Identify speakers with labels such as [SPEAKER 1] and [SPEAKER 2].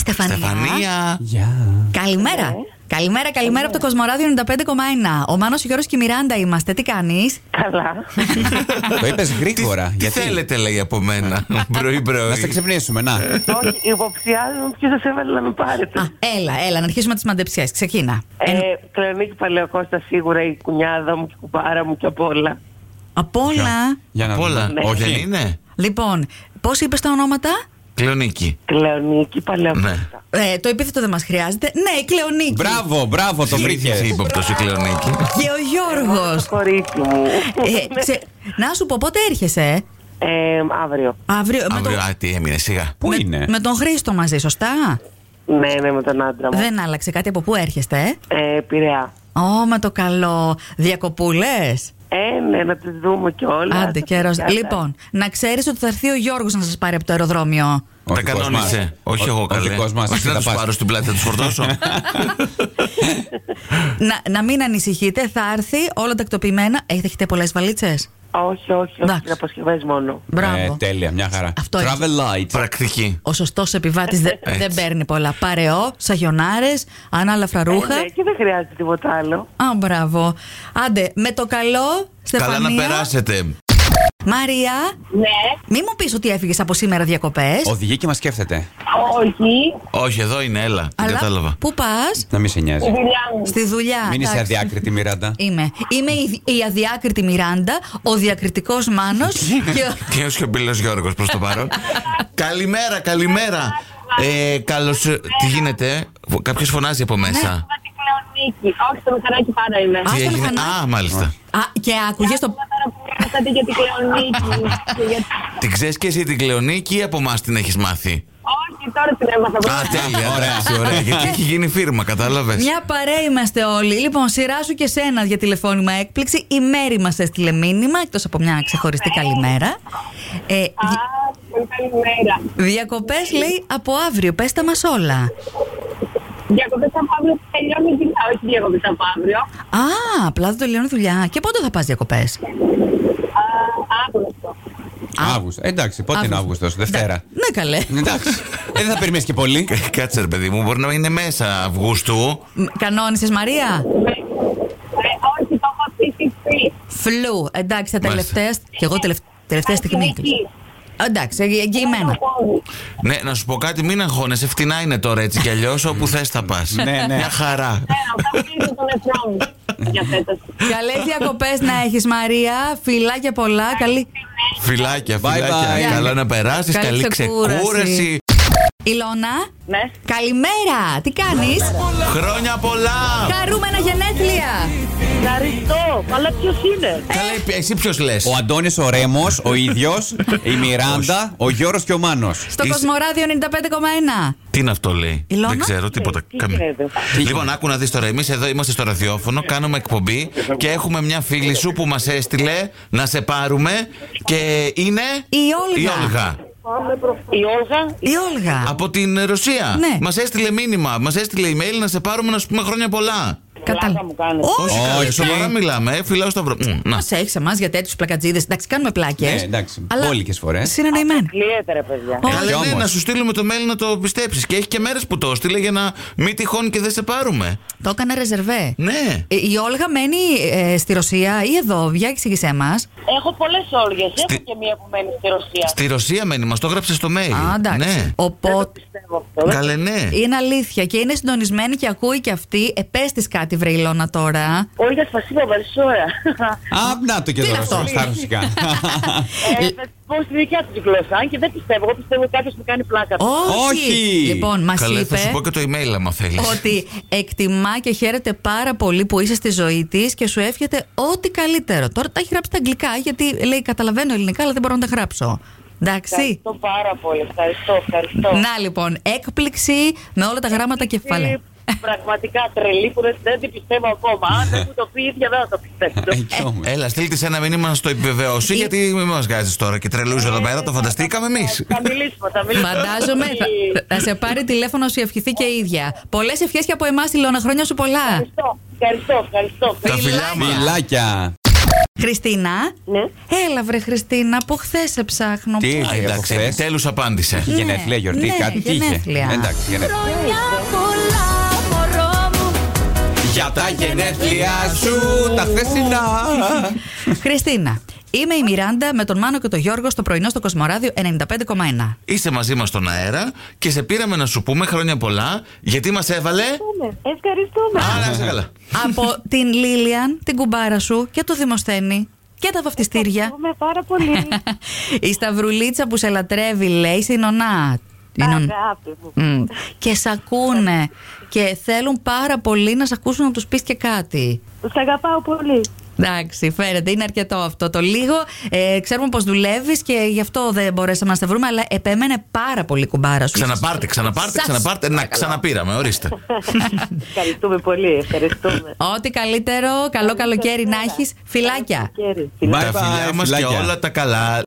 [SPEAKER 1] Στεφανία.
[SPEAKER 2] Στεφανία.
[SPEAKER 3] Γεια.
[SPEAKER 1] Καλημέρα.
[SPEAKER 4] Ναι.
[SPEAKER 1] Καλημέρα, καλημέρα από το Κοσμοράδιο 95,1. Ο Μάνος, ο Γιώργος και η Μιράντα είμαστε. Τι κάνεις?
[SPEAKER 4] Καλά.
[SPEAKER 3] Το είπες γρήγορα.
[SPEAKER 2] Τι
[SPEAKER 3] γιατί?
[SPEAKER 2] θέλετε, λέει από μένα. Πρωί-πρωί.
[SPEAKER 3] Να σε ξυπνήσουμε, να.
[SPEAKER 4] Όχι, υποψιάζομαι ποιος σας έβαλε να με πάρετε.
[SPEAKER 1] Α, έλα, έλα, να αρχίσουμε τις μαντεψιές. Ξεκίνα. Εν-
[SPEAKER 4] Ναι. Ε, Κλεονίκη Παλαιοκώστα σίγουρα η κουνιάδα μου και η κουπάρα μου και απ' όλα.
[SPEAKER 1] Απ' όλα.
[SPEAKER 3] Για
[SPEAKER 2] Απ'
[SPEAKER 3] δούμε.
[SPEAKER 2] όλα.
[SPEAKER 4] Ναι.
[SPEAKER 2] Όχι, δεν είναι.
[SPEAKER 1] Λοιπόν, πώς είπες τα ονόματα?
[SPEAKER 2] Κλεονίκη.
[SPEAKER 4] Κλεονίκη Παλαιοκώστα.
[SPEAKER 1] Ε, το επίθετο δεν μας χρειάζεται. Ναι, η Κλεονίκη.
[SPEAKER 3] Μπράβο, μπράβο, το
[SPEAKER 2] Βρήκε
[SPEAKER 3] βρήκε.
[SPEAKER 2] ύποπτο η Κλεονίκη.
[SPEAKER 1] Και ο Γιώργος.
[SPEAKER 4] Το κορίτσι μου.
[SPEAKER 1] Ε, ξε- Να σου πω πότε έρχεσαι. ε?
[SPEAKER 4] Ε, αύριο.
[SPEAKER 1] Αύριο. με
[SPEAKER 2] Αύριο,
[SPEAKER 1] τον-
[SPEAKER 2] α, τι έμεινε, σιγά.
[SPEAKER 3] Πού
[SPEAKER 1] με-
[SPEAKER 3] είναι?
[SPEAKER 1] Με τον Χρήστο μαζί, σωστά.
[SPEAKER 4] Ναι, ναι, με τον άντρα μου.
[SPEAKER 1] Δεν άλλαξε κάτι από πού έρχεστε. ε?
[SPEAKER 4] Ε, Πειραιά.
[SPEAKER 1] Ω, με το καλό. Διακοπούλες.
[SPEAKER 4] Ε, ναι, να τις δούμε κιόλα.
[SPEAKER 1] Άντε καιρό. Λοιπόν, να ξέρεις ότι θα έρθει ο Γιώργος να σας πάρει από το αεροδρόμιο.
[SPEAKER 2] Τα
[SPEAKER 3] Ο δικός μας.
[SPEAKER 2] κανόνισε. Όχι
[SPEAKER 3] Ο-
[SPEAKER 2] εγώ,
[SPEAKER 3] Ο
[SPEAKER 2] καλέ.
[SPEAKER 3] δικός μας,
[SPEAKER 2] Όχι
[SPEAKER 3] εσύ
[SPEAKER 2] να
[SPEAKER 3] τα
[SPEAKER 2] τους
[SPEAKER 3] πας.
[SPEAKER 2] πάρω στην πλάτη, να τους φορτώσω.
[SPEAKER 3] Ε,
[SPEAKER 1] να, να μην ανησυχείτε, θα έρθει όλα τακτοποιημένα. Έχετε πολλές βαλίτσες.
[SPEAKER 4] Όχι, όχι, όχι.
[SPEAKER 1] Εντάξει.
[SPEAKER 4] Για αποσκευές μόνο.
[SPEAKER 1] Μπράβο.
[SPEAKER 3] Ε, Τέλεια, μια χαρά.
[SPEAKER 1] Αυτό είναι.
[SPEAKER 3] Travel light.
[SPEAKER 2] Πρακτική.
[SPEAKER 1] Ο σωστός επιβάτης
[SPEAKER 4] Ε,
[SPEAKER 2] Έτσι.
[SPEAKER 1] δεν παίρνει πολλά. Παρεό, σαγιονάρες, ανάλαφρα ρούχα.
[SPEAKER 4] Ε, ναι, και δεν χρειάζεται τίποτα άλλο.
[SPEAKER 1] Α, μπράβο. Άντε, με το καλό, Στεφανία.
[SPEAKER 2] Καλά να περάσετε.
[SPEAKER 1] Μαρία,
[SPEAKER 5] Ναι,
[SPEAKER 1] μη μου πεις ότι έφυγες από σήμερα διακοπές.
[SPEAKER 3] Οδηγεί και μας σκέφτεται.
[SPEAKER 5] όχι,
[SPEAKER 2] Όχι, εδώ είναι, έλα. Την κατάλαβα.
[SPEAKER 1] πού πας,
[SPEAKER 3] Να μην σε νοιάζει.
[SPEAKER 5] η δουλειά μου.
[SPEAKER 1] στη δουλειά.
[SPEAKER 3] Μην είσαι
[SPEAKER 1] Ε, εντάξει.
[SPEAKER 3] αδιάκριτη, Μιράντα.
[SPEAKER 1] Είμαι. Είμαι η, η αδιάκριτη Μιράντα, ο διακριτικός Μάνος και ο-
[SPEAKER 2] Και ο σιωπηλό Γιώργος προς το παρόν. καλημέρα, καλημέρα. Ε, Καλώς. Τι γίνεται, κάποιος φωνάζει από
[SPEAKER 1] Ναι.
[SPEAKER 2] μέσα.
[SPEAKER 5] Στην Κλεονίκη. Όχι, στο Μηχανάκι πάνω είμαι.
[SPEAKER 1] Α,
[SPEAKER 2] Τι
[SPEAKER 1] στον
[SPEAKER 2] έγινε,
[SPEAKER 1] Χανά.
[SPEAKER 2] Α, μάλιστα.
[SPEAKER 1] Α, και άκουγες το.
[SPEAKER 5] Άκουγα τώρα που μιλούσατε για την Κλεονίκη. και για-
[SPEAKER 2] Την ξέρεις και εσύ την κλεονίκη ή από εμάς την έχεις μάθει.
[SPEAKER 5] Όχι, τώρα την έμαθα.
[SPEAKER 2] Α, τέλεια.
[SPEAKER 3] Ωραία.
[SPEAKER 2] εντάξει, ωραία. Γιατί έχει γίνει φίρμα, κατάλαβες.
[SPEAKER 1] Μια παρέα είμαστε όλοι. Λοιπόν, σειρά σου και σένα για τηλεφώνημα έκπληξη. Η Μέρη μας έστειλε μήνυμα, εκτός από μια ξεχωριστή καλημέρα. Ε,
[SPEAKER 5] Α, πολύ καλή μέρα.
[SPEAKER 1] Διακοπές λέει από αύριο, πες τα μας όλα.
[SPEAKER 5] Διακοπές από αύριο τελειώνει η δουλειά. Όχι διακοπές από αύριο.
[SPEAKER 1] Α, απλά δεν τελειώνει η δουλειά. Και πότε θα πας διακοπές.
[SPEAKER 5] Α, Αύγουστο.
[SPEAKER 1] Ε,
[SPEAKER 3] Αύγουστο. Ε, Εντάξει, πότε είναι Αύγουστο, Δευτέρα.
[SPEAKER 1] Ναι, καλέ.
[SPEAKER 3] Εντάξει. Ε, Δεν θα περιμένεις και πολύ.
[SPEAKER 2] Ε, Κάτσε, ρε παιδί μου, μπορεί να είναι μέσα Αυγούστου.
[SPEAKER 1] Κανόνισες, Μαρία.
[SPEAKER 5] Ε, Όχι, το έχω αφήσει πριν.
[SPEAKER 1] Φλου. Εντάξει, τα
[SPEAKER 2] Μάλιστα.
[SPEAKER 1] τελευταία. Και εγώ τελευ- τελευταία στιγμή.
[SPEAKER 5] Αρχιδική.
[SPEAKER 1] Εντάξει, εγγυ- εγγυημένα.
[SPEAKER 2] Ναι, να σου πω κάτι, μην αγχώνεσαι. Φτηνά είναι τώρα έτσι κι αλλιώς. Όπου θες θα πας.
[SPEAKER 3] Mm. Ναι, ναι.
[SPEAKER 2] Μια χαρά.
[SPEAKER 5] Ναι, αυτό κλείνει τον εθνό μου. Για φέτος.
[SPEAKER 1] Καλές διακοπές να έχεις, Μαρία. Φιλάκια πολλά. Καλή.
[SPEAKER 2] Φιλάκια,
[SPEAKER 3] Bye,
[SPEAKER 2] φιλάκια.
[SPEAKER 3] bye.
[SPEAKER 2] Καλά να περάσεις.
[SPEAKER 1] Καλή
[SPEAKER 2] Καλή
[SPEAKER 1] ξεκούραση.
[SPEAKER 2] ξεκούραση.
[SPEAKER 1] Ηλώνα,
[SPEAKER 5] Ναι,
[SPEAKER 1] καλημέρα. Τι κάνεις.
[SPEAKER 2] Χρόνια πολλά.
[SPEAKER 1] Χαρούμενα γενέθλια.
[SPEAKER 4] Ευχαριστώ. Αλλά ποιος είναι.
[SPEAKER 2] Καλά, επί- εσύ ποιος λες.
[SPEAKER 3] Ο Αντώνης ο Ρέμος, ο ίδιος, η Μιράντα, ο Γιώργο και ο Μάνος.
[SPEAKER 1] Στο
[SPEAKER 2] Είσαι-
[SPEAKER 1] Κοσμοράδιο 95,1.
[SPEAKER 2] Τι είναι αυτό λέει.
[SPEAKER 1] Ηλώνα?
[SPEAKER 2] Δεν ξέρω τίποτα.
[SPEAKER 4] Τι
[SPEAKER 2] Καμία.
[SPEAKER 4] γίνεται.
[SPEAKER 2] Λοιπόν, άκου να δεις τώρα. Εμείς εδώ είμαστε στο ραδιόφωνο, κάνουμε εκπομπή και έχουμε μια φίλη σου που μας έστειλε να σε πάρουμε και είναι.
[SPEAKER 1] Η Όλγα.
[SPEAKER 4] Η Όλγα.
[SPEAKER 1] Η Όλγα.
[SPEAKER 2] Από την Ρωσία.
[SPEAKER 1] Ναι.
[SPEAKER 2] Μας έστειλε μήνυμα, μας έστειλε email να σε πάρουμε να σου πούμε χρόνια πολλά.
[SPEAKER 1] Κατάλαβα.
[SPEAKER 4] Πλάκα μου κάνετε.
[SPEAKER 1] Όχι.
[SPEAKER 3] Όχι.
[SPEAKER 2] καλέ, Σοβαρά μιλάμε, ε, φιλάω στο βρω. Να.
[SPEAKER 1] Μας έχεις εμάς για τέτοιους πλακατζίδες. Εντάξει, κάνουμε πλάκες.
[SPEAKER 3] Ναι, εντάξει, μπόλικες φορές.
[SPEAKER 1] Συνεννοημένα.
[SPEAKER 4] Κλείεται, ρε παιδιά.
[SPEAKER 1] Όχι.
[SPEAKER 2] Καλέ, ναι,
[SPEAKER 3] όμως.
[SPEAKER 2] να σου στείλουμε το mail να το πιστέψεις. Και έχει και μέρες που το έστειλε για να μην τυχόν και δεν σε πάρουμε.
[SPEAKER 1] Το έκανε ρεζερβέ.
[SPEAKER 2] Ναι.
[SPEAKER 1] Ε, Η Όλγα μένει ε, στη Ρωσία ή εδώ, για εξήγησέ μας.
[SPEAKER 5] έχω πολλές όργες. Έχω
[SPEAKER 2] Στη-
[SPEAKER 5] και μία που μένει στη Ρωσία.
[SPEAKER 2] Στη Ρωσία μένει, μας το έγραψε στο mail.
[SPEAKER 1] Α, εντάξει.
[SPEAKER 2] Ναι.
[SPEAKER 1] Οπότε
[SPEAKER 4] Πιστεύω αυτό.
[SPEAKER 2] Καλέ, ναι.
[SPEAKER 1] είναι αλήθεια και είναι συντονισμένη και ακούει και αυτή. Ε, πες της κάτι, βρε Ηλώνα, τώρα.
[SPEAKER 4] Όλγα, спасибо большое.
[SPEAKER 3] Α, να το και
[SPEAKER 1] Τι
[SPEAKER 3] τώρα
[SPEAKER 1] είναι αυτό?
[SPEAKER 3] στα ρωσικά.
[SPEAKER 4] Ε, θα πω στη δικιά του γλώσσα, αν και δεν πιστεύω. Εγώ πιστεύω κάποιο που κάνει πλάκα.
[SPEAKER 1] Όχι!
[SPEAKER 3] Όχι.
[SPEAKER 1] Λοιπόν, μας
[SPEAKER 2] Καλέ, θα σου
[SPEAKER 1] είπε
[SPEAKER 2] πω και το email άμα θέλεις.
[SPEAKER 1] ότι εκτιμά και χαίρεται πάρα πολύ που είσαι στη ζωή της και σου εύχεται ό,τι καλύτερο. Τώρα τα έχει γράψει τα αγγλικά, γιατί λέει Καταλαβαίνω ελληνικά, αλλά δεν μπορώ να τα γράψω. Εντάξει.
[SPEAKER 4] Ευχαριστώ πάρα πολύ. Ευχαριστώ, ευχαριστώ.
[SPEAKER 1] Να λοιπόν, έκπληξη με όλα τα γράμματα κεφάλαια.
[SPEAKER 4] Είστε Πραγματικά τρελή που δεν, δεν την πιστεύω ακόμα. Αν δεν μου το πει η ίδια, δεν θα το
[SPEAKER 3] Ε,
[SPEAKER 4] πιστέψω.
[SPEAKER 3] κι όμως.
[SPEAKER 2] Έλα, στείλ της ένα μήνυμα να στο επιβεβαιώσει,
[SPEAKER 1] Ε,
[SPEAKER 2] γιατί μην μα βγάζει τώρα και τρελούζε εδώ πέρα, το φανταστήκαμε εμείς.
[SPEAKER 4] θα μιλήσουμε, θα μιλήσουμε.
[SPEAKER 1] Φαντάζομαι θα, θα σε πάρει τηλέφωνο να σου ευχηθεί και η ίδια. Πολλές ευχές και από εμάς, Ηλώνα, χρόνια σου πολλά.
[SPEAKER 4] ε, Ευχαριστώ, ευχαριστώ, ευχαριστώ.
[SPEAKER 2] Τα φιλιά μα.
[SPEAKER 3] Φιλάκια.
[SPEAKER 1] Χριστίνα.
[SPEAKER 5] Ναι.
[SPEAKER 1] Έλα, βρε Χριστίνα, που χθες σε ψάχνω.
[SPEAKER 3] Τι,
[SPEAKER 1] Πού-
[SPEAKER 2] Α, Εντάξει,
[SPEAKER 3] Χθες.
[SPEAKER 2] επιτέλους απάντησε.
[SPEAKER 1] Ναι,
[SPEAKER 3] Γενέθλια γιορτή,
[SPEAKER 1] ναι,
[SPEAKER 3] κάτι τι είχε.
[SPEAKER 1] γενέθλια.
[SPEAKER 3] Εντάξει, γενέθλια.
[SPEAKER 6] Μια πολλά μωρό μου
[SPEAKER 3] Για τα γενέθλια σου, τα χθεσινά.
[SPEAKER 1] Χριστίνα, είμαι η Μιράντα με τον Μάνο και τον Γιώργο στο πρωινό στο Κοσμοράδιο 95,1.
[SPEAKER 2] Είσαι μαζί μας στον αέρα και σε πήραμε να σου πούμε χρόνια πολλά γιατί μας έβαλε.
[SPEAKER 5] Ευχαριστούμε.
[SPEAKER 2] Άρα, είσαι καλά.
[SPEAKER 1] από την Λίλιαν, την κουμπάρα σου και το Δημοσθένη και τα βαφτιστήρια.
[SPEAKER 5] Ευχαριστούμε πάρα πολύ.
[SPEAKER 1] Η Σταυρουλίτσα που σε λατρεύει, λέει, στην Ονά. Η Νον-
[SPEAKER 5] Αγάπη μου.
[SPEAKER 1] Μμ. Και σ' ακούνε και θέλουν πάρα πολύ να σ' ακούσουν να τους πεις και κάτι.
[SPEAKER 5] Σ' αγαπάω πολύ.
[SPEAKER 1] Εντάξει, φαίνεται, είναι αρκετό αυτό το λίγο. Ε, ξέρουμε πως δουλεύεις και γι' αυτό δεν μπορέσαμε να σε βρούμε, αλλά επέμενε πάρα πολύ η κουμπάρα σου.
[SPEAKER 2] Ξαναπάρτε, ξαναπάρτε,
[SPEAKER 1] Σας
[SPEAKER 2] ξαναπάρτε. Να ξαναπήραμε, ορίστε.
[SPEAKER 5] Ευχαριστούμε πολύ. Ευχαριστούμε.
[SPEAKER 1] Ό,τι καλύτερο, καλό καλοκαίρι να έχεις. Φιλάκια.
[SPEAKER 5] Καλοκαίρι.
[SPEAKER 3] Bye
[SPEAKER 2] τα
[SPEAKER 3] bye,
[SPEAKER 2] φιλιά μας και
[SPEAKER 3] φιλάκια.
[SPEAKER 2] όλα τα καλά.